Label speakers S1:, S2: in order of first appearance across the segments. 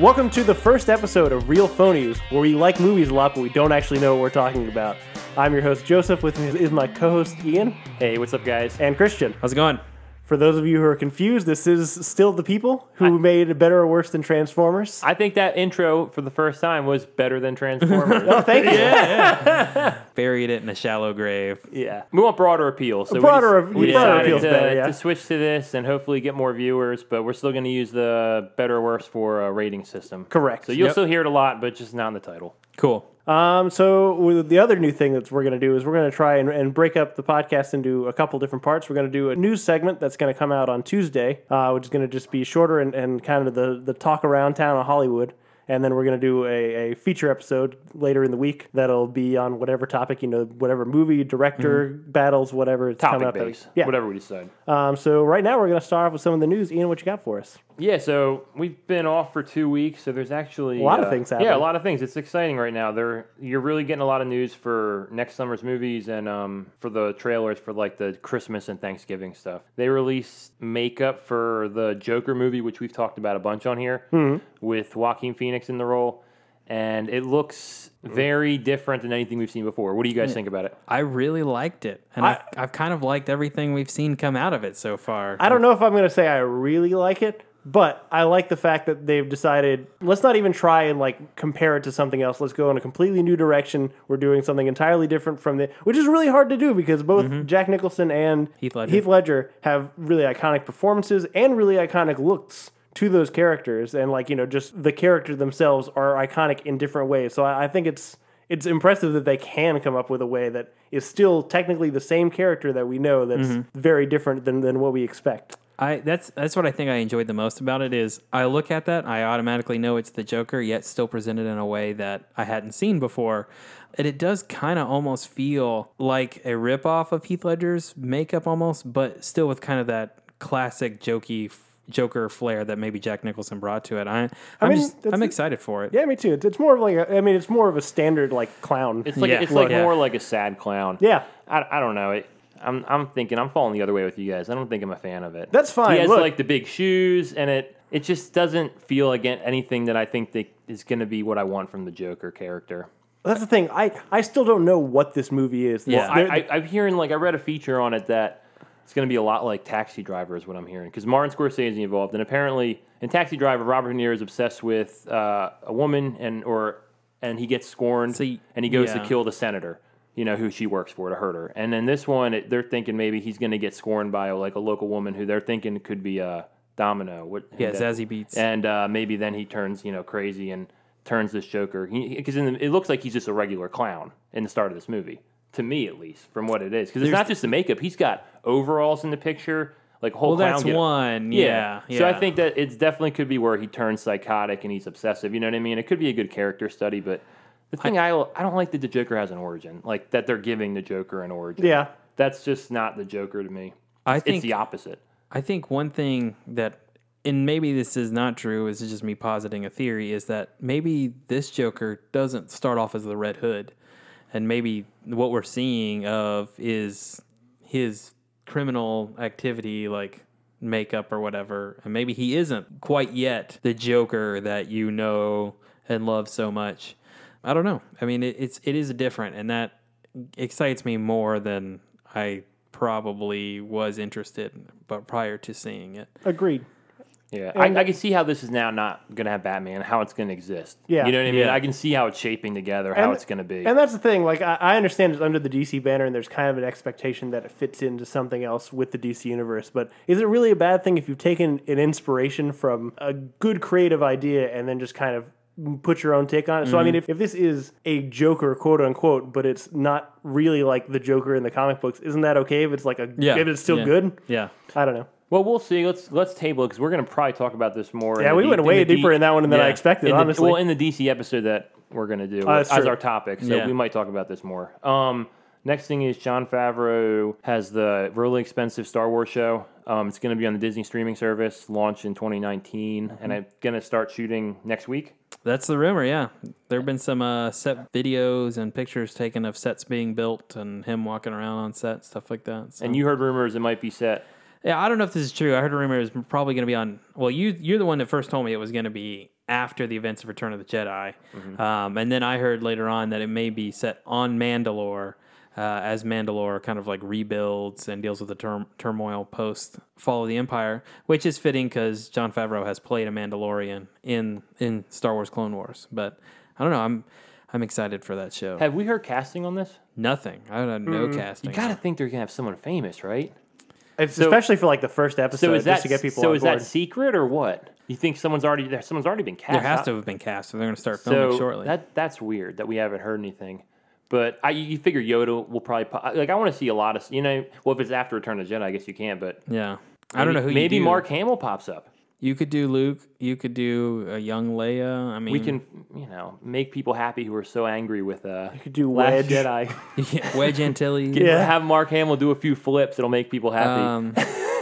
S1: Welcome to the first episode of Real Phonies, where we like movies a lot, but we don't actually know what we're talking about. I'm your host, Joseph. With me is my co host, Ian,
S2: Hey, what's up, guys?
S1: and Christian.
S2: How's it going?
S1: For those of you who are confused, this is still the people who made it better or worse than Transformers.
S2: I think that intro for the first time was better than Transformers.
S1: oh, thank you. Yeah.
S3: buried it in a shallow grave.
S2: we want broader appeal, so
S1: Broader
S2: we,
S1: ap-
S2: des- we
S1: broader
S2: decided
S1: appeal's
S2: to,
S1: better, yeah.
S2: to switch to this and hopefully get more viewers. But we're still going to use the better or worse for a rating system.
S1: Correct.
S2: So you'll
S3: Yep.
S2: still hear it a lot, but just not in the title.
S3: Cool.
S1: Um, so with the other new thing that we're going to do is we're going to try and, and break up the podcast into a couple different parts. We're going to do a news segment that's going to come out on Tuesday, uh, which is going to just be shorter and, and kind of the, the talk around town of Hollywood. And then we're going to do a, a feature episode later in the week that'll be on whatever topic, you know, whatever movie, director, battles, whatever. It's coming
S2: Mm-hmm. Topic
S1: up.
S2: base,
S1: Yeah.
S2: whatever we decide.
S1: Um, so right now we're going to start off with some of the news. Ian, what you got for us?
S2: Yeah, so we've been off for two weeks, so there's actually a
S1: lot of things
S2: Yeah, a
S1: happening.
S2: lot of things. It's exciting right now. There, you're really getting a lot of news for next summer's movies and um, for the trailers for like the Christmas and Thanksgiving stuff. They released makeup for the Joker movie, which we've talked about a bunch on here,
S1: Mm-hmm.
S2: with Joaquin Phoenix in the role, and it looks very different than anything we've seen before. What do you guys think about it?
S3: I really liked it, and I, have I've kind of liked everything we've seen come out of it so far.
S1: I don't know if I'm going to say I really like it, but I like the fact that they've decided let's not even try and like compare it to something else. Let's go in a completely new direction. We're doing something entirely different from the, which is really hard to do because both Jack Nicholson and
S3: Heath Ledger.
S1: Ledger have really iconic performances and really iconic looks to those characters, and like you know, just the character themselves are iconic in different ways. So I, I think it's. It's impressive that they can come up with a way that is still technically the same character that we know that's
S2: Mm-hmm.
S1: very different than, than what we expect.
S3: I that's that's what I think I enjoyed the most about it is I look at that I automatically know it's the Joker yet still presented in a way that I hadn't seen before and it does kind of almost feel like a ripoff of Heath Ledger's makeup almost but still with kind of that classic jokey Joker flair that maybe Jack Nicholson brought to it I I'm
S1: mean,
S3: just,
S1: that's-
S3: I'm excited for it
S1: Yeah, me too. It's, it's more of like a, I mean, it's more of a standard like clown.
S2: It's like
S3: Yeah.
S2: it's like
S3: Yeah.
S2: more like a sad clown.
S1: Hmm. yeah,
S2: I, I don't know. It, I'm I'm thinking I'm falling the other way with you guys. I don't think I'm a fan of it.
S1: That's fine.
S2: He has
S1: Look-
S2: like the big shoes, and it it just doesn't feel like an- anything that I think that is going to be what I want from the Joker character.
S1: that's the thing. I I still don't know what this movie is.
S3: Yeah.
S1: There-
S2: I, I, I'm hearing like I read a feature on it that it's going to be a lot like Taxi Driver is what I'm hearing because Martin Scorsese is involved, and apparently in Taxi Driver, Robert De Niro is obsessed with uh, a woman and or and he gets scorned
S3: See,
S2: and he goes
S3: yeah.
S2: to kill the senator. You know who she works for to hurt her, and then this one it, they're thinking maybe he's going to get scorned by like a local woman who they're thinking could be a Domino. What?
S3: yeah
S2: that-
S3: Zazie Beats
S2: and uh, maybe then he turns you know crazy and turns this Joker because it looks like he's just a regular clown in the start of this movie to me at least from what it is because it's not just the makeup he's got overalls in the picture like a whole
S3: well
S2: clown
S3: that's
S2: getup.
S3: one yeah, yeah
S2: so I think that it's definitely could be where he turns psychotic and he's obsessive you know what I mean it could be a good character study but the thing I I don't like that the Joker has an origin like that they're giving the Joker an origin
S1: yeah,
S2: that's just not the Joker to me
S3: I
S2: it's
S3: think
S2: the opposite
S3: I think one thing that, and maybe this is not true, is just me positing a theory, is that maybe this Joker doesn't start off as the Red Hood. And maybe what we're seeing of is his criminal activity, like makeup or whatever. And maybe he isn't quite yet the Joker that you know and love so much. I don't know. I mean, it, it's it is different, and that excites me more than I probably was interested, but prior to seeing it,
S1: agreed.
S2: Yeah, I, I can see how this is now not going to have Batman, how it's going to exist.
S1: Yeah.
S2: you know what I mean.
S3: Yeah.
S2: I can see how it's shaping together, how
S1: And-
S2: it's going to be.
S1: And that's the thing. Like I, I understand it's under the DC banner, and there's kind of an expectation that it fits into something else with the DC universe. But is it really a bad thing if you've taken an inspiration from a good creative idea and then just kind of put your own take on it? So I
S2: Mm-hmm.
S1: mean, if, if this is a Joker, quote unquote, but it's not really like the Joker in the comic books, isn't that okay? If it's like a
S3: Yeah,
S1: if it's still
S3: yeah.
S1: good,
S3: yeah,
S1: I don't know.
S2: well, we'll see. Let's let's table it because we're going to probably talk about this more. in
S1: Yeah,
S2: the
S1: we
S2: D-
S1: went
S2: in
S1: way
S2: the D-
S1: deeper in that one than I
S3: yeah,
S1: expected.
S2: in the-
S1: honestly, Uh,
S2: well, in the DC episode that we're going to do
S1: that's
S2: as
S1: true.
S2: our topic, so
S3: Yeah.
S2: we might talk about this more. Um, next thing is John Favreau has the really expensive Star Wars show. Um, it's going to be on the Disney streaming service, launched in 2019,
S1: Mm-hmm.
S2: and I'm going to start shooting next week.
S3: that's the rumor. Yeah, there have been some uh, set videos and pictures taken of sets being built and him walking around on set, stuff like that. So.
S1: Mm-hmm.
S2: And you heard rumors it might be set
S3: Yeah, I don't know if this is true. I heard a rumor it was probably going to be on. Well, you you're the one that first told me it was going to be after the events of Return of the Jedi,
S2: Mm-hmm.
S3: um, and then I heard later on that it may be set on Mandalore. Uh, as Mandalore kind of like rebuilds and deals with the turm- turmoil post Fall of the Empire, which is fitting because John Favreau has played a Mandalorian in in Star Wars Clone Wars. But I don't know. I'm I'm excited for that show.
S2: Have we heard casting on this?
S3: Nothing. I don't have no casting.
S2: You gotta think they're gonna have someone famous, right?
S1: It's especially for like the first episode,
S2: So is that
S1: just to get people
S2: so
S1: on
S2: is
S1: board.
S2: that secret or what? You think someone's already there? Someone's already been cast.
S3: there has
S2: I-
S3: to have been cast, so they're going to start filming
S2: So
S3: shortly.
S2: that that's weird that we haven't heard anything. But I, you figure Yoda will probably po- like. I want to see a lot of you know. Well, if it's after Return of the Jedi, I guess you can't. But
S3: Yeah. I don't know who you
S2: maybe
S3: do.
S2: Mark Hamill pops up.
S3: You could do Luke. You could do a young Leia. I mean,
S2: We can you know make people happy who are so angry with uh. You
S1: could do Wedge.
S2: Last Jedi.
S3: Wedge Antilles.
S1: Yeah.
S2: Have Mark Hamill do a few flips. It'll make people happy.
S3: Um,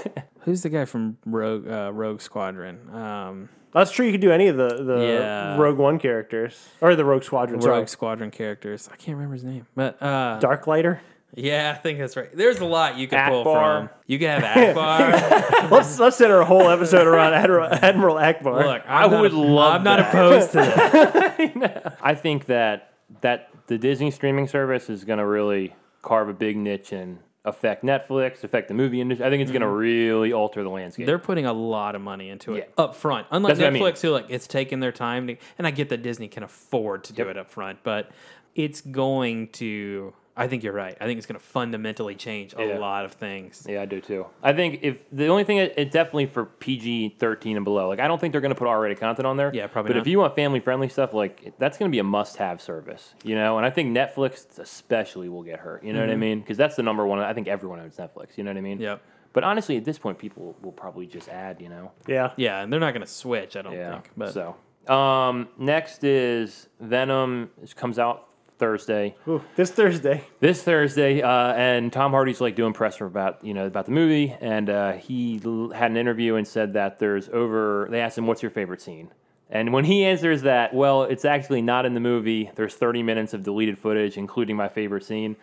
S3: who's the guy from Rogue uh, Rogue Squadron? Um,
S1: That's true. You could do any of the, the
S3: Yeah.
S1: Rogue One characters or the Rogue Squadron. Sorry,
S3: Rogue Squadron characters. I can't remember his name, but uh,
S1: Dark Lighter.
S3: yeah, I think that's right. There's a lot you could pull
S2: Akbar.
S3: from. You could have Akbar.
S1: let's let's center a whole episode around Admiral, Admiral Akbar.
S3: Look,
S2: I
S3: I'm not
S2: would
S3: a-
S2: love
S3: I'm not
S2: that.
S3: opposed to that.
S2: I think that that the Disney streaming service is going to really carve a big niche and affect Netflix, affect the movie industry. I think it's going to really alter the landscape.
S3: Mm-hmm. They're putting a lot of money into it
S2: Yeah.
S3: up front. Unlike
S2: That's what I
S3: Netflix,
S2: mean.
S3: who like it's taking their time to, and I get that Disney can afford to do it up front, but it's going to. I think you're right. I think it's going to fundamentally change a
S2: Yeah.
S3: lot of things.
S2: yeah, I do too. I think if the only thing it, it definitely for PG thirteen and below, like I don't think they're going to put R-rated content on there.
S3: Yeah, probably
S2: But
S3: not.
S2: if you want family friendly stuff, like that's going to be a must have service, you know. And I think Netflix especially will get hurt. You know
S3: Mm-hmm.
S2: what I mean? Because that's the number one. I think everyone owns Netflix. You know what I mean?
S3: Yep.
S2: But honestly, at this point, people will probably just add. You know.
S1: Yeah.
S3: Yeah, and they're not going to switch. I don't think. But
S2: so um, next is Venom. It comes out Thursday.
S1: Ooh, this Thursday.
S2: This Thursday, uh, and Tom Hardy's like doing press about you know about the movie, and uh, he l- had an interview and said that there's over. They asked him, "What's your favorite scene?" And when he answers that, well, it's actually not in the movie. There's 30 minutes of deleted footage, including my favorite scene.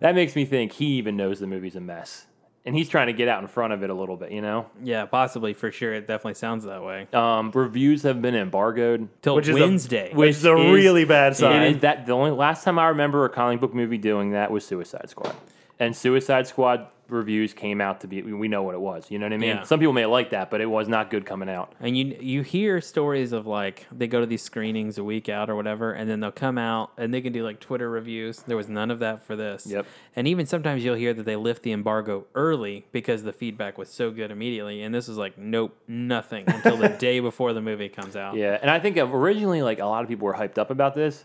S2: That makes me think he even knows the movie's a mess, and he's trying to get out in front of it a little bit, you know.
S3: yeah, possibly for sure. It definitely sounds that way.
S2: Um, reviews have been embargoed.
S3: Till
S1: Which is a-
S3: Wednesday.
S1: Which is a
S2: is-
S1: really bad sign.
S2: It is that the only last time I remember a comic book movie doing that was Suicide Squad, and Suicide Squad reviews came out to be we know what it was. You know what I mean?
S3: Yeah.
S2: Some people may like that, but it was not good coming out.
S3: And you you hear stories of like they go to these screenings a week out or whatever, and then they'll come out and they can do like Twitter reviews. There was none of that for this.
S2: Yep.
S3: And even sometimes you'll hear that they lift the embargo early because the feedback was so good immediately. And this is like nope, nothing until the day before the movie comes out.
S2: Yeah, and I think originally like a lot of people were hyped up about this,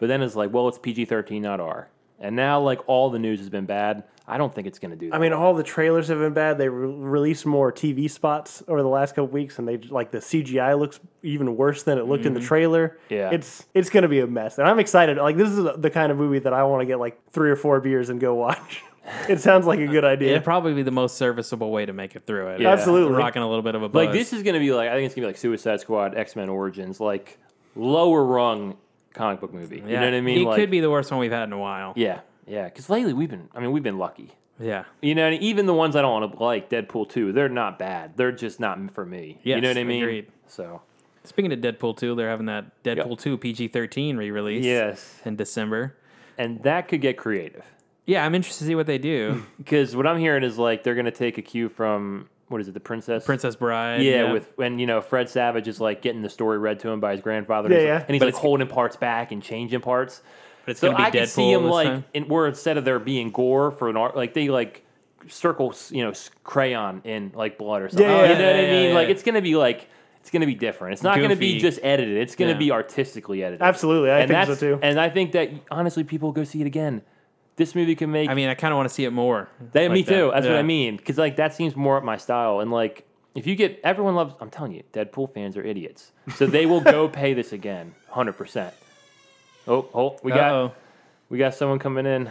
S2: but then it's like, well, it's PG thirteen, not R, and now like all the news has been bad. I don't think it's going to do. That.
S1: I mean, all the trailers have been bad. They re- released more TV spots over the last couple weeks, and they like the CGI looks even worse than it looked in the trailer.
S2: Yeah.
S1: it's it's gonna be a mess, and I'm excited. Like this is the kind of movie that I want to get like three or four beers and go watch. it sounds like a good idea.
S3: It'd probably be the most serviceable way to make it through it.
S2: Yeah.
S1: Absolutely.
S3: Rocking a little bit of a buzz.
S1: uh,
S2: Like this is gonna be like I think it's gonna be like Suicide Squad, X Men Origins, like lower rung comic book movie. You know what I mean?
S3: It
S2: like,
S3: could be the worst one we've had in a while.
S2: Yeah, yeah. Because lately we've been, I mean, we've been lucky.
S3: Yeah.
S2: You know, and even the ones I don't want to like, Deadpool two, they're not bad. They're just not for me. you
S3: Yes,
S2: know what I mean?
S3: agreed.
S2: So
S3: Speaking of Deadpool 2, they're having that Deadpool 2 PG 13 re release
S2: yes,
S3: in December.
S2: and that could get creative
S3: Yeah, I'm interested to see what they do.
S2: because what I'm hearing is like they're gonna take a cue from what is it, the princess?
S3: Princess Bride.
S2: Yeah, with when you know Fred Savage is like getting the story read to him by his grandfather.
S1: Yeah,
S2: and he's,
S1: yeah.
S2: Like, and he's
S3: But
S2: like
S3: it's-
S2: holding parts back and changing parts.
S3: But it's
S2: So
S3: gonna be
S2: I could see
S3: Deadpool
S2: him
S3: this
S2: like
S3: time.
S2: in, where instead of there being gore for an art, like they like circle, you know, s- crayon in like blood or something.
S1: Yeah,
S2: Oh,
S1: yeah,
S2: you know what
S3: yeah,
S2: I
S3: yeah,
S2: mean?
S3: yeah.
S2: Like it's gonna be like it's gonna be different. It's not gonna be
S3: Goofy.
S2: just edited. It's gonna
S3: Yeah.
S2: be artistically edited.
S1: Absolutely, I
S2: and
S1: think so
S2: that's-
S1: too.
S2: And I think that honestly, people will go see it again. This movie can make
S3: I mean, I kind of want to see it more.
S2: that,
S3: like
S2: me
S3: that.
S2: too. That's what
S3: Yeah.
S2: I mean. Because like that seems more up my style. And like if you get everyone loves, I'm telling you, Deadpool fans are idiots. So they will go pay this again, hundred percent. Oh, oh, we got
S3: Uh-oh.
S2: we got someone coming in.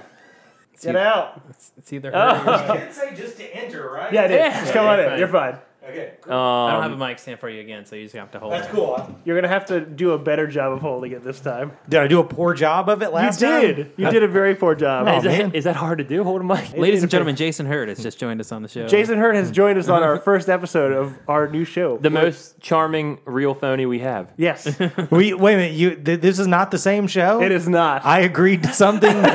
S1: get out.
S3: It's either her.
S4: did say just to enter, right?
S1: Yeah, it is. Just come on in. You're fine.
S4: Okay. Okay, cool.
S1: Oh.
S3: I don't
S2: Um,
S3: have a mic stand for you again, so you just have to hold
S4: that's
S3: it.
S4: cool. huh?
S1: You're gonna have to do a better job of holding it this time.
S4: Did I do a poor job of it last
S1: you
S4: time?
S1: did. You did a very poor job.
S4: Oh,
S2: is, that,
S4: man.
S2: is that hard to do? Hold a mic.
S3: Ladies and gentlemen, Jason Hurd has just joined us on the show.
S1: Jason Hurd has joined us on our first episode of our new show.
S2: The most charming real phony we have.
S1: yes, it
S4: We, wait a minute. You th- this is not the same show.
S1: is not.
S4: I agreed to something.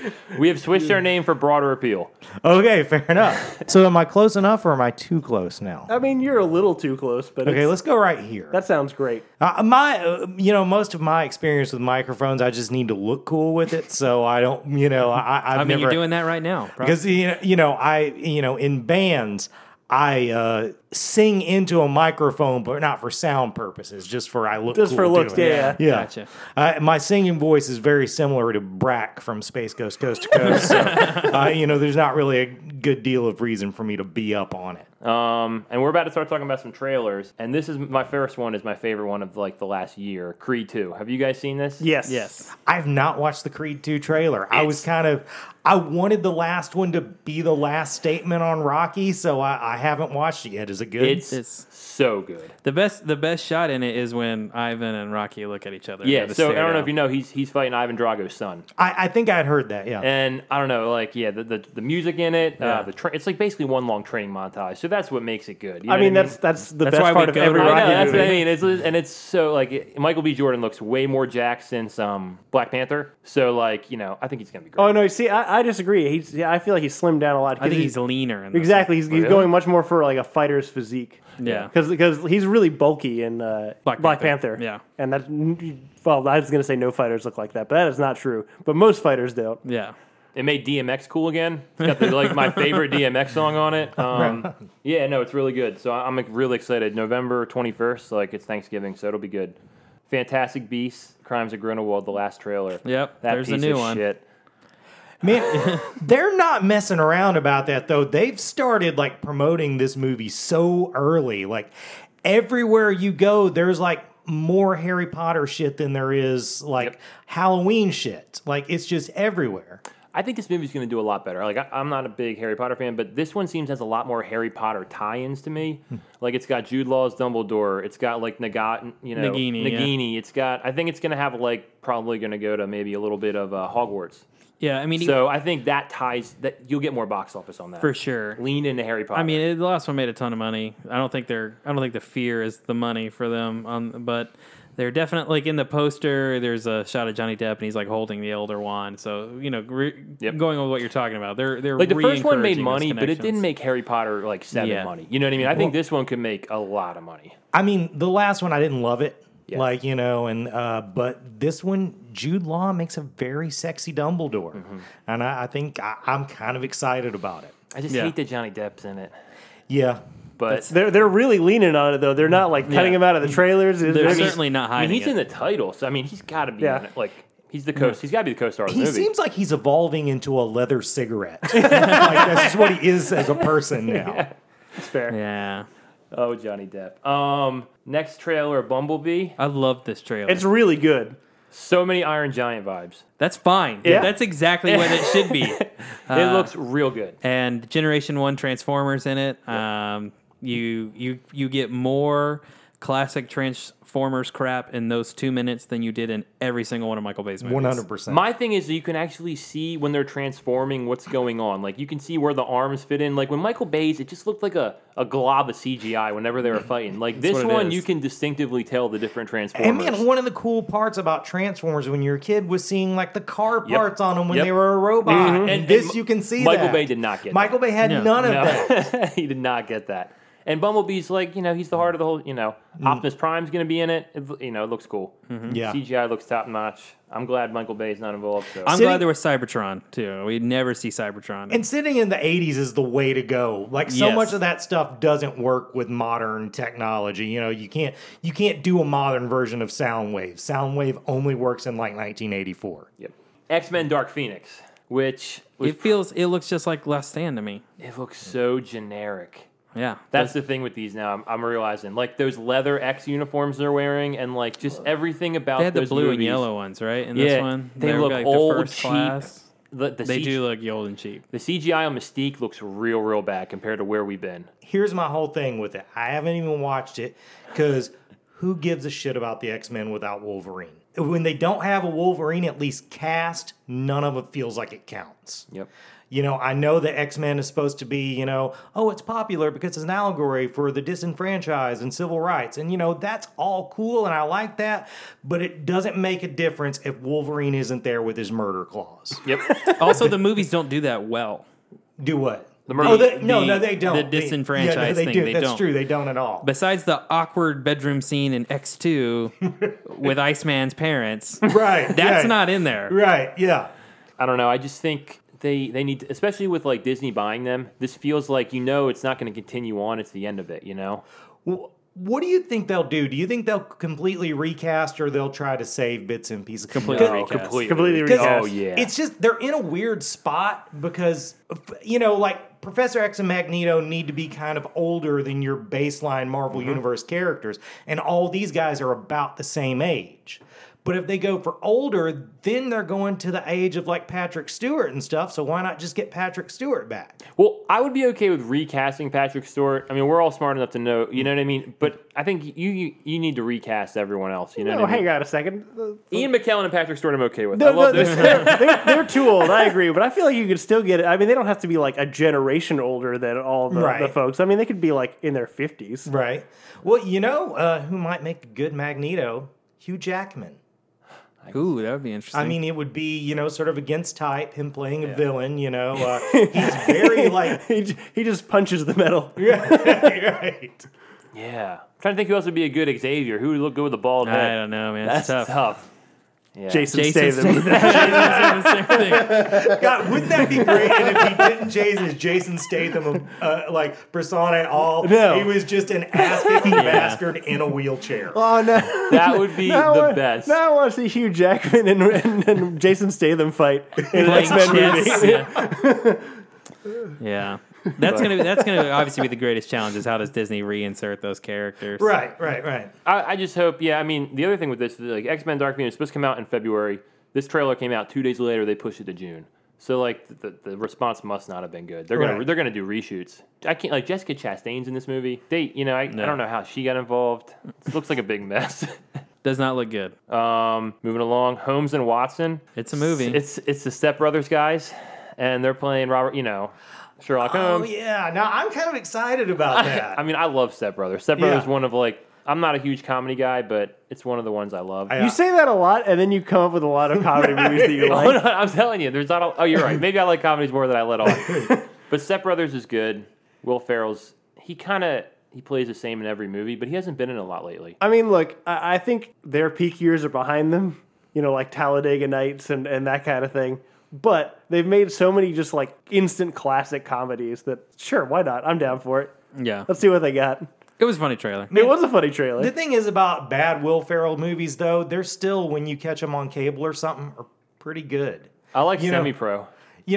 S2: We have switched our name for broader appeal.
S4: okay, fair enough. So am I close enough, or am I too close now?
S1: I mean, you're a little too close, but
S4: Okay,
S1: it's-
S4: let's go right here.
S1: that sounds great.
S4: Uh, my, uh, you know, most of my experience with microphones, I just need to look cool with it. So I don't, you know, I, I've
S3: I mean,
S4: never
S3: you're doing that right now. Probably.
S4: because you know, you know, I, you know, in bands, I uh, sing into a microphone, but not for sound purposes, just for I look
S1: Just for
S4: cool
S1: looks,
S4: doing it.
S1: yeah.
S4: yeah.
S3: Gotcha.
S4: Uh, my singing voice is very similar to Brack from Space Ghost Coast to Coast. so, uh, you know, there's not really a good deal of reason for me to be up on it.
S2: Um, and we're about to start talking about some trailers. And this is my first one is my favorite one of like the last year, Creed 2. Have you guys seen this?
S1: Yes,
S3: Yes.
S4: I've not watched the Creed 2 trailer. I was kind of I wanted the last one to be the last statement on Rocky, so I, I haven't watched it yet. Is it good?
S2: It's,
S3: It's-
S2: so good.
S3: The best the best shot in it is when Ivan and Rocky look at each other. and
S2: Yeah.
S3: have a
S2: So I
S3: stare
S2: don't know
S3: down.
S2: if you know he's he's fighting Ivan Drago's son.
S4: I, I think I'd heard that, yeah.
S2: And I don't know, like yeah, the the, the music in it, uh,
S3: Yeah.
S2: the tra- it's like basically one long training montage. So that's what makes it good. You know
S1: I
S2: what
S1: mean, that's that's the
S3: That's why
S1: best
S3: we
S1: part of
S3: go
S1: every
S2: I
S3: to-
S2: know,
S1: Rocky
S2: that's
S1: movie.
S2: what I mean. It's, and it's so like it- Michael B. Jordan looks way more jacked since um, Black Panther. So like you know, I think he's gonna be great.
S1: Oh no, you see, I, I disagree. He's, yeah, I feel like he's slimmed down a lot.
S3: I think he's leaner. In this
S1: exactly. He's, he's
S2: Really?
S1: going much more for like a fighter's physique.
S3: Yeah.
S1: because he's really bulky in uh, Black,
S3: Black
S1: Panther.
S3: Panther. Yeah.
S1: and that's well, I was gonna say no fighters look like that, but that is not true. But most fighters don't.
S3: one. Yeah.
S2: It made DMX cool again. It's got the, like my favorite DMX song on it. Um, yeah, no, it's really good. So I- I'm like, really excited. November 21st, like it's Thanksgiving, so it'll be good. Fantastic Beasts, Crimes of Grindelwald, the last trailer.
S3: Yep,
S2: that
S3: there's a
S2: piece
S3: new
S2: of
S3: one.
S2: shit.
S4: Man, they're not messing around about that though. They've started like promoting this movie so early. Like everywhere you go, there's like more Harry Potter shit than there is like
S2: Yep.
S4: Halloween shit. Like it's just everywhere.
S2: I think this movie's going to do a lot better. Like, I, I'm not a big Harry Potter fan, but this one seems has a lot more Harry Potter tie-ins to me.
S3: Hmm.
S2: like, it's got Jude Law's Dumbledore. It's got like Nagat, you know,
S3: Nagini, yeah.
S2: Nagini. It's got. I think it's going to have like probably going to go to maybe a little bit of uh, Hogwarts.
S3: Yeah. I mean,
S2: So I think that ties that you'll get more box office on that
S3: for sure.
S2: Lean into Harry Potter.
S3: I mean, it, the last one made a ton of money. I don't think they're. I don't think the fear is the money for them. Um, but they're definitely like in the poster. There's a shot of Johnny Depp, and he's like holding the Elder Wand. So you know, re-
S2: Yep.
S3: going with what you're talking about, they're they're
S2: like the first one
S3: re-encouraging
S2: made
S3: those
S2: money, but it
S3: connections.
S2: didn't make Harry Potter like seven
S3: Yeah.
S2: money. You know what I mean? I think this one could make a lot of money.
S4: I mean, the last one I didn't love it.
S2: Yeah.
S4: Like, you know, and uh but this one, Jude Law makes a very sexy Dumbledore.
S2: Mm-hmm.
S4: And I, I think I, I'm kind of excited about it.
S2: I just
S3: Yeah.
S2: hate that Johnny Depp's in it,
S4: Yeah.
S2: but
S1: They're they're really leaning on it though. They're not like cutting
S3: Yeah.
S1: him out of the trailers. It's-
S3: They're
S1: it's-
S3: certainly not
S2: I
S3: hiding.
S2: mean, he's
S3: it.
S2: in the title, so I mean, he's got to be
S1: Yeah.
S2: in it. like he's the co. He's got to be the co-star of the
S4: He
S2: movie.
S4: seems like he's evolving into a leather cigarette. like that's just what he is as a person now.
S1: it's fair.
S3: yeah,
S2: oh, Johnny Depp. Um, next trailer, Bumblebee.
S3: I love this trailer.
S1: It's really good.
S2: So many Iron Giant vibes.
S3: That's fine.
S1: Yeah.
S3: That's exactly what it should be. Uh.
S2: it looks real good.
S3: and Generation One Transformers in it. Um, you you you get more classic Transformers crap in those two minutes than you did in every single one of Michael Bay's movies.
S4: One hundred percent.
S2: My thing is that you can actually see when they're transforming what's going on. Like you can see where the arms fit in. Like when Michael Bay's, it just looked like a, a glob of CGI whenever they were fighting. Like this
S3: what it
S2: one,
S3: is.
S2: you can distinctively tell the different
S4: And
S2: transformers.
S4: man, one of the cool parts about Transformers when you're a kid was seeing like the car parts on them when
S2: Yep.
S4: they were a robot. And,
S2: And-
S4: this
S2: and
S4: you can see.
S2: Michael
S4: that.
S2: Bay did not get
S4: Michael Bay had none of that.
S2: no, he did not get that. And Bumblebee's like, you know, he's the heart of the whole. You know,
S3: Mm-hmm.
S2: Optimus Prime's going to be in it. it. You know, it looks cool.
S4: Yeah.
S2: CGI looks top notch. I'm glad Michael Bay's not involved. So.
S3: I'm
S4: Sitting-
S3: glad there was Cybertron too. We never see Cybertron.
S4: And sitting in the 80s is the way to go. Like so
S3: Yes.
S4: much of that stuff doesn't work with modern technology. You know, you can't you can't do a modern version of Soundwave. Soundwave only works in like 1984.
S2: yep. X Men Dark Phoenix, which was,
S3: it feels it looks just like Last Stand to me.
S2: it looks so generic.
S3: Yeah,
S2: That's the thing with these now. I'm, I'm realizing, like those leather X uniforms they're wearing, and like just everything about
S3: they had the
S2: those
S3: blue and
S2: movies.
S3: yellow ones, right? In
S2: Yeah,
S3: this one,
S2: they
S3: were,
S2: look
S3: like,
S2: old, cheap. the, the
S3: They
S2: CG
S3: do look old and cheap.
S2: The CGI on Mystique looks real, real bad compared to where we've been.
S4: Here's my whole thing with it. I haven't even watched it because who gives a shit about the X Men without Wolverine? When they don't have a Wolverine at least cast, none of it feels like it counts.
S2: Yep.
S4: You know, I know the X Men is supposed to be, you know, oh, it's popular because it's an allegory for the disenfranchised and civil rights. And, you know, that's all cool and I like that, but it doesn't make a difference if Wolverine isn't there with his murder clause.
S2: Yep.
S3: Also, the movies don't do that well.
S4: Do what? The
S2: murder-
S4: Oh, they-
S3: the-
S4: no, no, they don't.
S3: the
S4: They-
S3: disenfranchised
S4: yeah, no, they
S3: thing,
S4: Do.
S3: they
S4: That's
S3: don't.
S4: true. They don't at all.
S3: Besides the awkward bedroom scene in X2 with Iceman's parents,
S4: right.
S3: that's
S4: yeah.
S3: not in there.
S4: Right. Yeah.
S2: I don't know. I just think they they need, especially with like Disney buying them. This feels like you know it's not going to continue on. It's the end of it. You know.
S4: Wh- What do you think they'll do? Do you think they'll completely recast or they'll try to save bits and pieces? Completely
S2: recast. completely.
S1: Completely
S4: Because
S1: recast.
S2: Oh, yeah.
S4: it's just they're in a weird spot because you know, like Professor X and Magneto need to be kind of older than your baseline Marvel Universe characters, and all these guys are about the same age. But if they go for older, then they're going to the age of like Patrick Stewart and stuff. So why not just get Patrick Stewart back?
S2: Well, I would be okay with recasting Patrick Stewart. I mean, we're all smart enough to know. You know what I mean? But I think you you, you need to recast everyone else. You
S1: No,
S2: know. what I mean?
S1: Oh, hang on a second. The-
S2: Ian McKellen and Patrick Stewart, I'm okay with. I
S1: No, no,
S2: love
S1: they're,
S2: this.
S1: they're, they're too old. I agree, but I feel like you could still get it. I mean, they don't have to be like a generation older than all the,
S4: Right.
S1: the folks. I mean, they could be like in their fifties.
S4: Right. Well, you know uh, who might make a good Magneto? Hugh Jackman.
S3: Ooh, that would be interesting.
S4: I mean, it would be you know sort of against type him playing a villain. You know, uh, he's very like
S1: He, j- he just punches the metal.
S4: right.
S2: Yeah. I'm trying to think who else would be a good Xavier. Who would look good with a bald
S3: I
S2: head?
S3: don't know, man.
S2: That's
S3: It's tough.
S2: tough. Yeah.
S1: Jason,
S3: Jason
S1: Statham.
S3: Statham. Jason Statham's everything.
S4: God, wouldn't that be great? And if he didn't, Jason is Jason Statham, uh, like persona at all.
S1: No.
S4: he was just an ass-kicking bastard in a wheelchair.
S1: Oh no,
S2: That would be
S1: now I,
S2: the
S1: wa-
S2: best.
S1: Now I want to see Hugh Jackman and, and, and Jason Statham fight in an X Men
S3: Playing
S1: movie.
S3: chess, Yeah. Yeah. That's gonna be, that's gonna obviously be the greatest challenge is how does Disney reinsert those characters?
S4: Right, right, right.
S2: I, I just hope, yeah. I mean, the other thing with this is like X Men Dark Phoenix is supposed to come out in February. This trailer came out two days later. They pushed it to June. So like the, the response must not have been good. They're gonna
S4: Right.
S2: they're gonna do reshoots. I can't like Jessica Chastain's in this movie. They you know I, I don't know how she got involved. This looks like a big mess.
S3: Does not look good.
S2: um, moving along, Holmes and Watson.
S3: It's a movie.
S2: It's it's the Step Brothers guys, and they're playing Robert. You know, Sherlock
S4: Oh
S2: Holmes.
S4: yeah. Now I'm kind of excited about that.
S2: Um, I mean, I love Step Brothers. Step Brothers is
S4: Yeah.
S2: one of like I'm not a huge comedy guy, but it's one of the ones I love.
S4: I-
S1: You say that a lot, and then you come up with a lot of comedy movies that you
S2: Oh, no,
S1: like.
S2: I'm telling you, there's not. A, oh, you're right. Maybe I like comedies more than I let on. but Step Brothers is good. Will Ferrell's he kind of he plays the same in every movie, but he hasn't been in a lot lately.
S1: I mean, look, I, I think their peak years are behind them. You know, like Talladega Nights and and that kind of thing. But they've made so many just like instant classic comedies that sure, why not? I'm down for it.
S3: yeah.
S1: Let's see what they got.
S3: It was a funny trailer.
S1: It was a funny trailer.
S4: The thing is about bad Will Ferrell movies, though, they're still when you catch them on cable or something, are pretty good.
S2: I like
S4: know-
S2: Semi Pro.
S4: You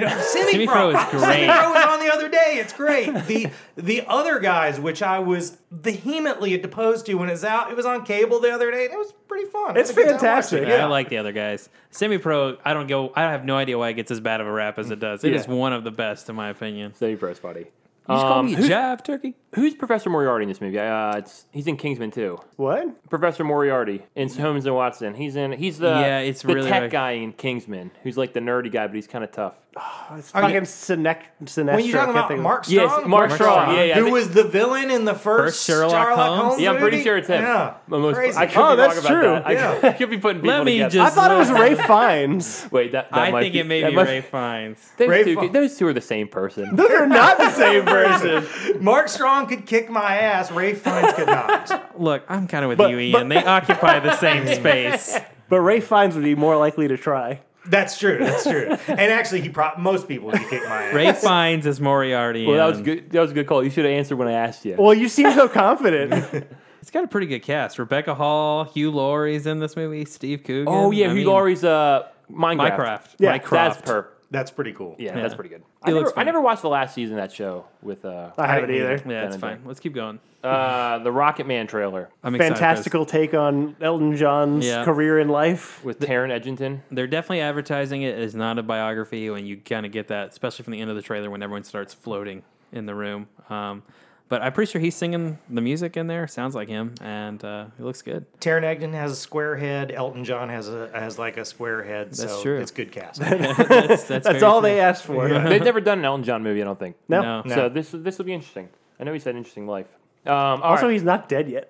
S4: know, semi
S3: Semi-pro
S4: pro
S3: is great.
S4: was on the other day. It's great. The the other guys, which I was vehemently opposed to when it was out, it was on cable the other day, and it was pretty fun. I
S1: It's
S4: had a good time
S1: fantastic.
S4: watching it.
S3: I like the other guys. Semi pro, I don't go. I have no idea why it gets as bad of a rap as it does. It is
S1: Yeah.
S3: one of the best, in my opinion.
S2: Semi Pro's funny.
S3: You just call
S2: Um,
S3: me a
S2: who-
S3: jive turkey.
S2: who's Professor Moriarty in this movie? Uh, it's, he's in Kingsman too.
S1: what?
S2: Professor Moriarty in Holmes and Watson. He's in. He's the
S3: Yeah, it's
S2: the
S3: really
S2: tech
S3: like- Oh,
S2: guy in Kingsman, who's like the nerdy guy, but he's kind of tough.
S1: It's fucking Sinek, Sinestro.
S4: When
S1: I
S4: you're talking
S1: can't
S4: about
S1: think of-
S4: Mark Strong,
S2: Yes, Mark,
S3: Strong.
S2: Strong. Yeah, yeah. I
S4: who
S2: think-
S4: was the villain in the first,
S3: First Sherlock Holmes?
S2: yeah, I'm pretty
S4: movie?
S2: sure it's him.
S4: Yeah,
S2: I'm almost-
S4: crazy.
S2: I could
S1: Oh,
S2: be
S1: that's
S2: wrong
S1: true.
S2: about that. I,
S4: Yeah.
S2: I could be putting people
S3: Let me
S2: together.
S1: I
S3: just.
S1: thought it was
S3: look.
S1: Ray Fiines.
S2: Wait, that, that
S3: I
S2: might
S3: think
S2: be,
S3: it may
S2: that
S3: be
S2: might-
S3: Ray Fiennes.
S2: Those,
S4: Ray
S2: two,
S4: Fi-
S2: those two are the same person.
S1: Those are not the same person.
S4: Mark Strong could kick my ass. Ray Fiennes could not.
S3: Look, I'm kind of with
S1: But-
S3: you, Ian.
S1: but-
S3: they occupy the same space.
S1: But Ray Fiennes would be more likely to try.
S4: That's true. That's true. And actually, he pro- most people could kick my ass.
S3: Ray Fiennes is Moriarty.
S2: Well, that was
S3: and
S2: good. That was a good call. You should have answered when I asked you.
S1: Well, you seem so confident.
S3: It's got a pretty good cast. Rebecca Hall, Hugh Laurie's in this movie. Steve Coogan.
S2: oh yeah,
S3: I
S2: Hugh
S3: mean,
S2: Laurie's uh, Minecraft.
S3: Minecraft.
S1: Yeah,
S3: Minecraft.
S2: That's perp.
S4: That's pretty cool.
S2: Yeah, that's pretty good. I,
S3: It looks
S2: never, I
S3: fun.
S2: never watched the last season of that show with uh,
S1: I haven't either.
S3: Yeah, it's
S2: Benedict.
S3: fine. Let's keep going.
S2: uh, the Rocket Man trailer
S3: I'm excited for this.
S1: Fantastical take on Elton John's
S3: Yeah.
S1: career in life.
S2: with Taron Edgerton.
S3: They're definitely advertising it as not a biography, and you kind of get that, especially from the end of the trailer when everyone starts floating in the room. Um, but I'm pretty sure he's singing the music in there. Sounds like him, and uh, it looks good.
S4: Taron Egerton has a square head. Elton John has a has like a square head.
S3: That's
S4: so
S3: true.
S4: It's good cast.
S3: That's, that's,
S1: That's
S3: very
S1: all
S3: true.
S1: they asked for.
S2: They've never done an Elton John movie, I don't think.
S1: No.
S3: No,
S2: So this this will be interesting. I know he said interesting life. Um, all
S1: Also,
S2: right.
S1: he's not dead yet.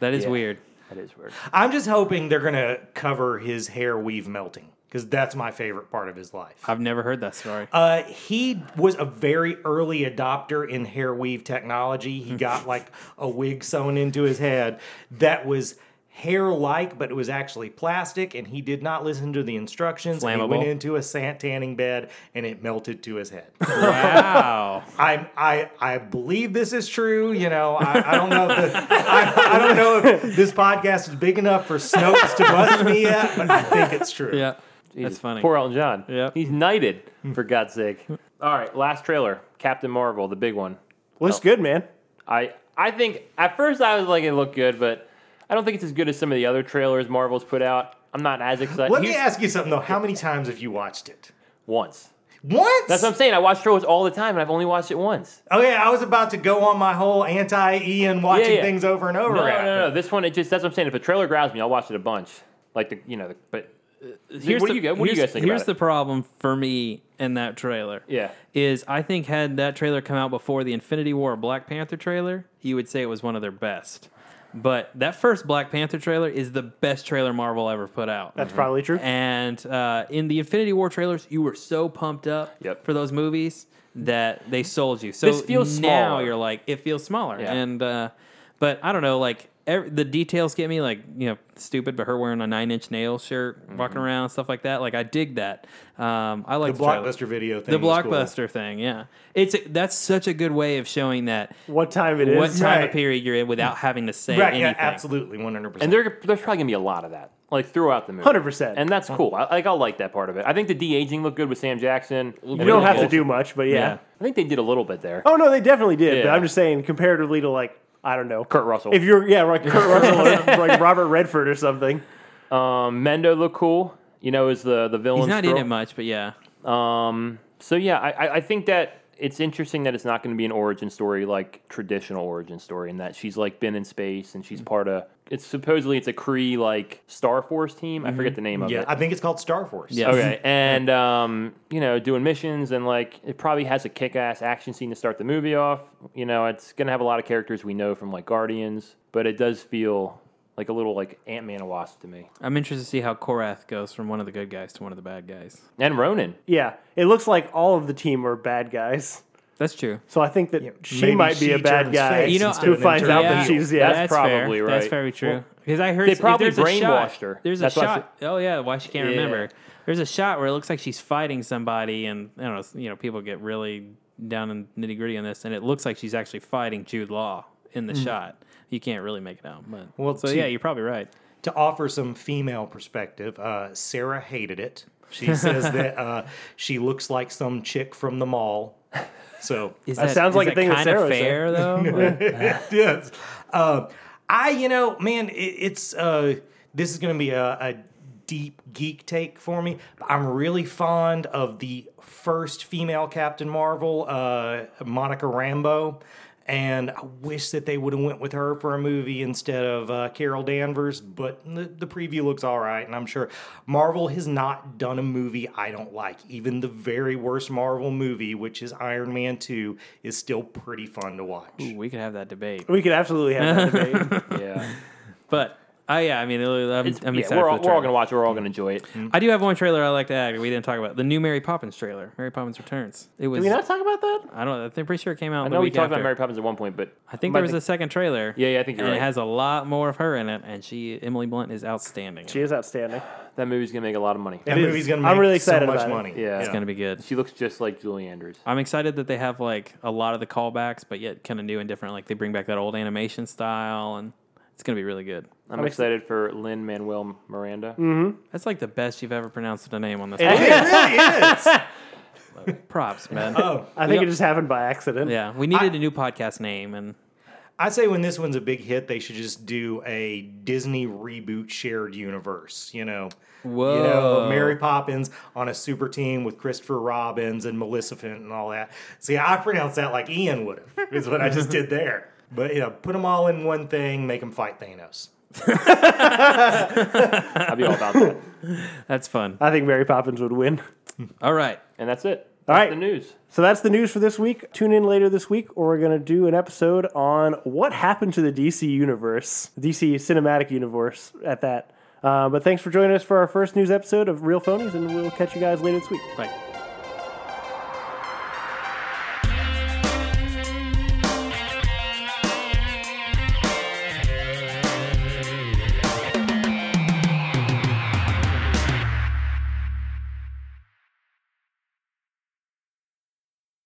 S3: that is
S2: Yeah.
S3: weird.
S2: that is weird.
S4: I'm just hoping they're gonna cover his hair weave melting because that's my favorite part of his life.
S3: I've never heard that story.
S4: Uh, he was a very early adopter in hair weave technology. He got like a wig sewn into his head that was hair like, but it was actually plastic, and he did not listen to the instructions. and He went
S3: Flammable.
S4: into a sand tanning bed and it melted to his head.
S3: wow.
S4: I I I believe this is true. You know, I, I don't know. If the, I, I don't know if this podcast is big enough for Snopes to bust me yet, but I think it's true.
S3: Yeah, that's
S2: Jesus.
S3: funny.
S2: Poor Elton John.
S3: Yep.
S2: He's knighted, for God's sake. All right, last trailer Captain Marvel, the big one.
S1: Looks good, man.
S2: I I think at first I was like it looked good, but I don't think it's as good as some of the other trailers Marvel's put out. I'm not as excited.
S4: Let me
S2: Here's-
S4: ask you something though. How many times have you watched it?
S2: once.
S4: Once.
S2: That's what I'm saying. I watch trailers all the time, and I've only watched it once.
S4: Oh yeah, I was about to go on my whole anti Ian watching
S2: Yeah, yeah.
S4: things over and over.
S2: No, no,
S4: again.
S2: no, no. This one, it just that's what I'm saying. If a trailer grabs me, I'll watch it a bunch. Like the you know, the, but uh,
S3: Here's
S2: what
S3: the,
S2: do you guys- what do you
S3: here's-
S2: guys think
S3: Here's
S2: about
S3: the
S2: it?
S3: problem for me in that trailer.
S2: Yeah.
S3: Is I think had that trailer come out before the Infinity War Black Panther trailer, you would say it was one of their best. But that first Black Panther trailer is the best trailer Marvel ever put out.
S1: That's probably true.
S3: And uh, in the Infinity War trailers, you were so pumped up
S2: Yep.
S3: for those movies that they sold you. So
S2: This feels
S3: now
S2: smaller.
S3: you're like, it feels smaller.
S2: Yeah.
S3: And uh, but I don't know, like ev the details get me, like you know, stupid. But her wearing a nine inch nail shirt, walking
S2: Mm-hmm.
S3: around, stuff like that. Like I dig that. Um, I like
S4: The blockbuster video thing.
S3: The
S4: was cool.
S3: blockbuster thing, yeah. It's a, that's such a good way of showing that
S1: What time it is?
S3: what time
S4: right.
S3: of period you're in without having to say
S4: Right?
S3: anything.
S4: Yeah, absolutely, one hundred
S2: And
S4: percent.
S2: there, there's probably gonna be a lot of that, like throughout the movie.
S1: 100%.
S2: And that's cool. I, like I like that part of it. I think the de aging looked good with Sam Jackson.
S1: You don't have to do much, but yeah.
S3: Yeah.
S2: I think they did a little bit there.
S1: Oh no, they definitely did. But
S2: Yeah.
S1: I'm just saying, comparatively to like I don't know,
S2: Kurt Russell.
S1: If you're yeah, like Kurt Russell or like Robert Redford or something.
S2: Um, Mendo looked cool. You know, is the the villain.
S3: He's not in
S2: scroll.
S3: it much, but yeah.
S2: Um, so yeah, I, I- I think that it's interesting that it's not going to be an origin story like traditional origin story, and that she's like been in space and
S3: Mm.
S2: she's part of. It's supposedly it's a Cree like Star Force team. I forget the name of
S4: Yeah,
S2: it.
S4: I think it's called Star Force.
S3: Mm-hmm. Yeah.
S2: Okay, and um, you know, doing missions and like it probably has a kick-ass action scene to start the movie off. You know, it's gonna have a lot of characters we know from like Guardians, but it does feel like a little like Ant Man and Wasp to me.
S3: I'm interested to see how Korath goes from one of the good guys to one of the bad guys.
S2: And Ronan,
S1: Yeah, it looks like all of the team are bad guys.
S3: That's true.
S1: So I think that she
S4: maybe
S1: might be
S4: she
S1: a bad
S4: turns
S1: guy
S4: face You know,
S3: instead
S1: who
S4: of
S1: finds out that
S4: internal
S1: she's yeah.
S2: That's probably
S3: fair.
S2: right.
S3: That's very true. Because I heard
S2: they
S3: if
S2: probably
S3: there's a
S2: brainwashed
S3: shot-
S2: her.
S3: There's a
S2: That's why I
S3: shot. Oh yeah, why she can't
S2: Yeah.
S3: remember? There's a shot where it looks like she's fighting somebody, and I don't know. You know, people get really down in nitty gritty on this, and it looks like she's actually fighting Jude Law in
S2: Mm-hmm.
S3: the shot. You can't really make it out, but
S4: Well,
S3: so
S4: to-
S3: yeah, you're probably right.
S4: to offer some female perspective, uh, Sarah hated it. She says that uh, she looks like some chick from the mall. So
S3: Is
S1: That sounds like a thing that
S3: kinda
S1: Sarah would say.
S3: fair though. Like,
S4: yes, uh, I you know, man, it, it's uh, this is gonna be a, a deep geek take for me. I'm really fond of the first female Captain Marvel, uh, Monica Rambo. And I wish that they would have went with her for a movie instead of uh, Carol Danvers, but the, the preview looks all right, and I'm sure Marvel has not done a movie I don't like. Even the very worst Marvel movie, which is Iron Man Two, is still pretty fun to watch.
S3: we could have that debate,
S1: We could absolutely have that debate.
S2: yeah.
S3: but. I yeah, I mean, I'm,
S2: It's-
S3: I'm
S2: yeah,
S3: excited.
S2: we're
S3: for
S2: all,
S3: the
S2: we're all
S3: trailer. Mm-hmm.
S2: gonna watch. it, We're all gonna enjoy it.
S3: I do have one trailer I like to add. We didn't talk about the new Mary Poppins trailer. Mary Poppins Returns. It was.
S1: Did we not talk about that?
S3: I don't. know. I'm pretty sure it came out.
S2: I know we talked about Mary Poppins at one point, but
S3: I think there was a second trailer.
S2: Yeah, yeah, I think you're
S3: and
S2: right.
S3: it has a lot more of her in it, and she Emily Blunt is outstanding.
S1: She is outstanding.
S2: that movie's gonna make a lot of money.
S4: That
S1: It is.
S4: movie's gonna make
S1: I'm really excited
S4: so much
S1: about it.
S4: money.
S2: Yeah.
S3: it's gonna be good.
S2: She looks just like Julie Andrews.
S3: I'm excited that they have like a lot of the callbacks, but yet kind of new and different. Like they bring back that old animation style, and it's gonna be really good.
S2: I'm,
S1: I'm
S2: excited for Lynn Manuel Miranda.
S3: That's like the best you've ever pronounced the name on this.
S1: It
S3: podcast.
S1: is.
S4: It really is.
S3: props, man.
S4: Oh,
S1: I think it just happened by accident.
S3: Yeah, we needed a new podcast name, and
S4: I say when this one's a big hit, they should just do a Disney reboot shared universe. You know,
S3: whoa,
S4: you know, Mary Poppins on a super team with Christopher Robbins and Maleficent and all that. See, I pronounced that like Ian would have. Is what I just did there. But you know, put them all in one thing, make them fight Thanos.
S2: I'd be all about that.
S3: that's fun.
S1: I think Mary Poppins would win.
S3: All right,
S2: And that's it.
S1: All
S2: All right,
S1: right.
S2: the news.
S1: So that's the news for this week. Tune in later this week, or we're going to do an episode on what happened to the DC universe, DC cinematic universe at that. Uh, but thanks for joining us for our first news episode of Real Phonies, and we'll catch you guys later this week.
S3: bye.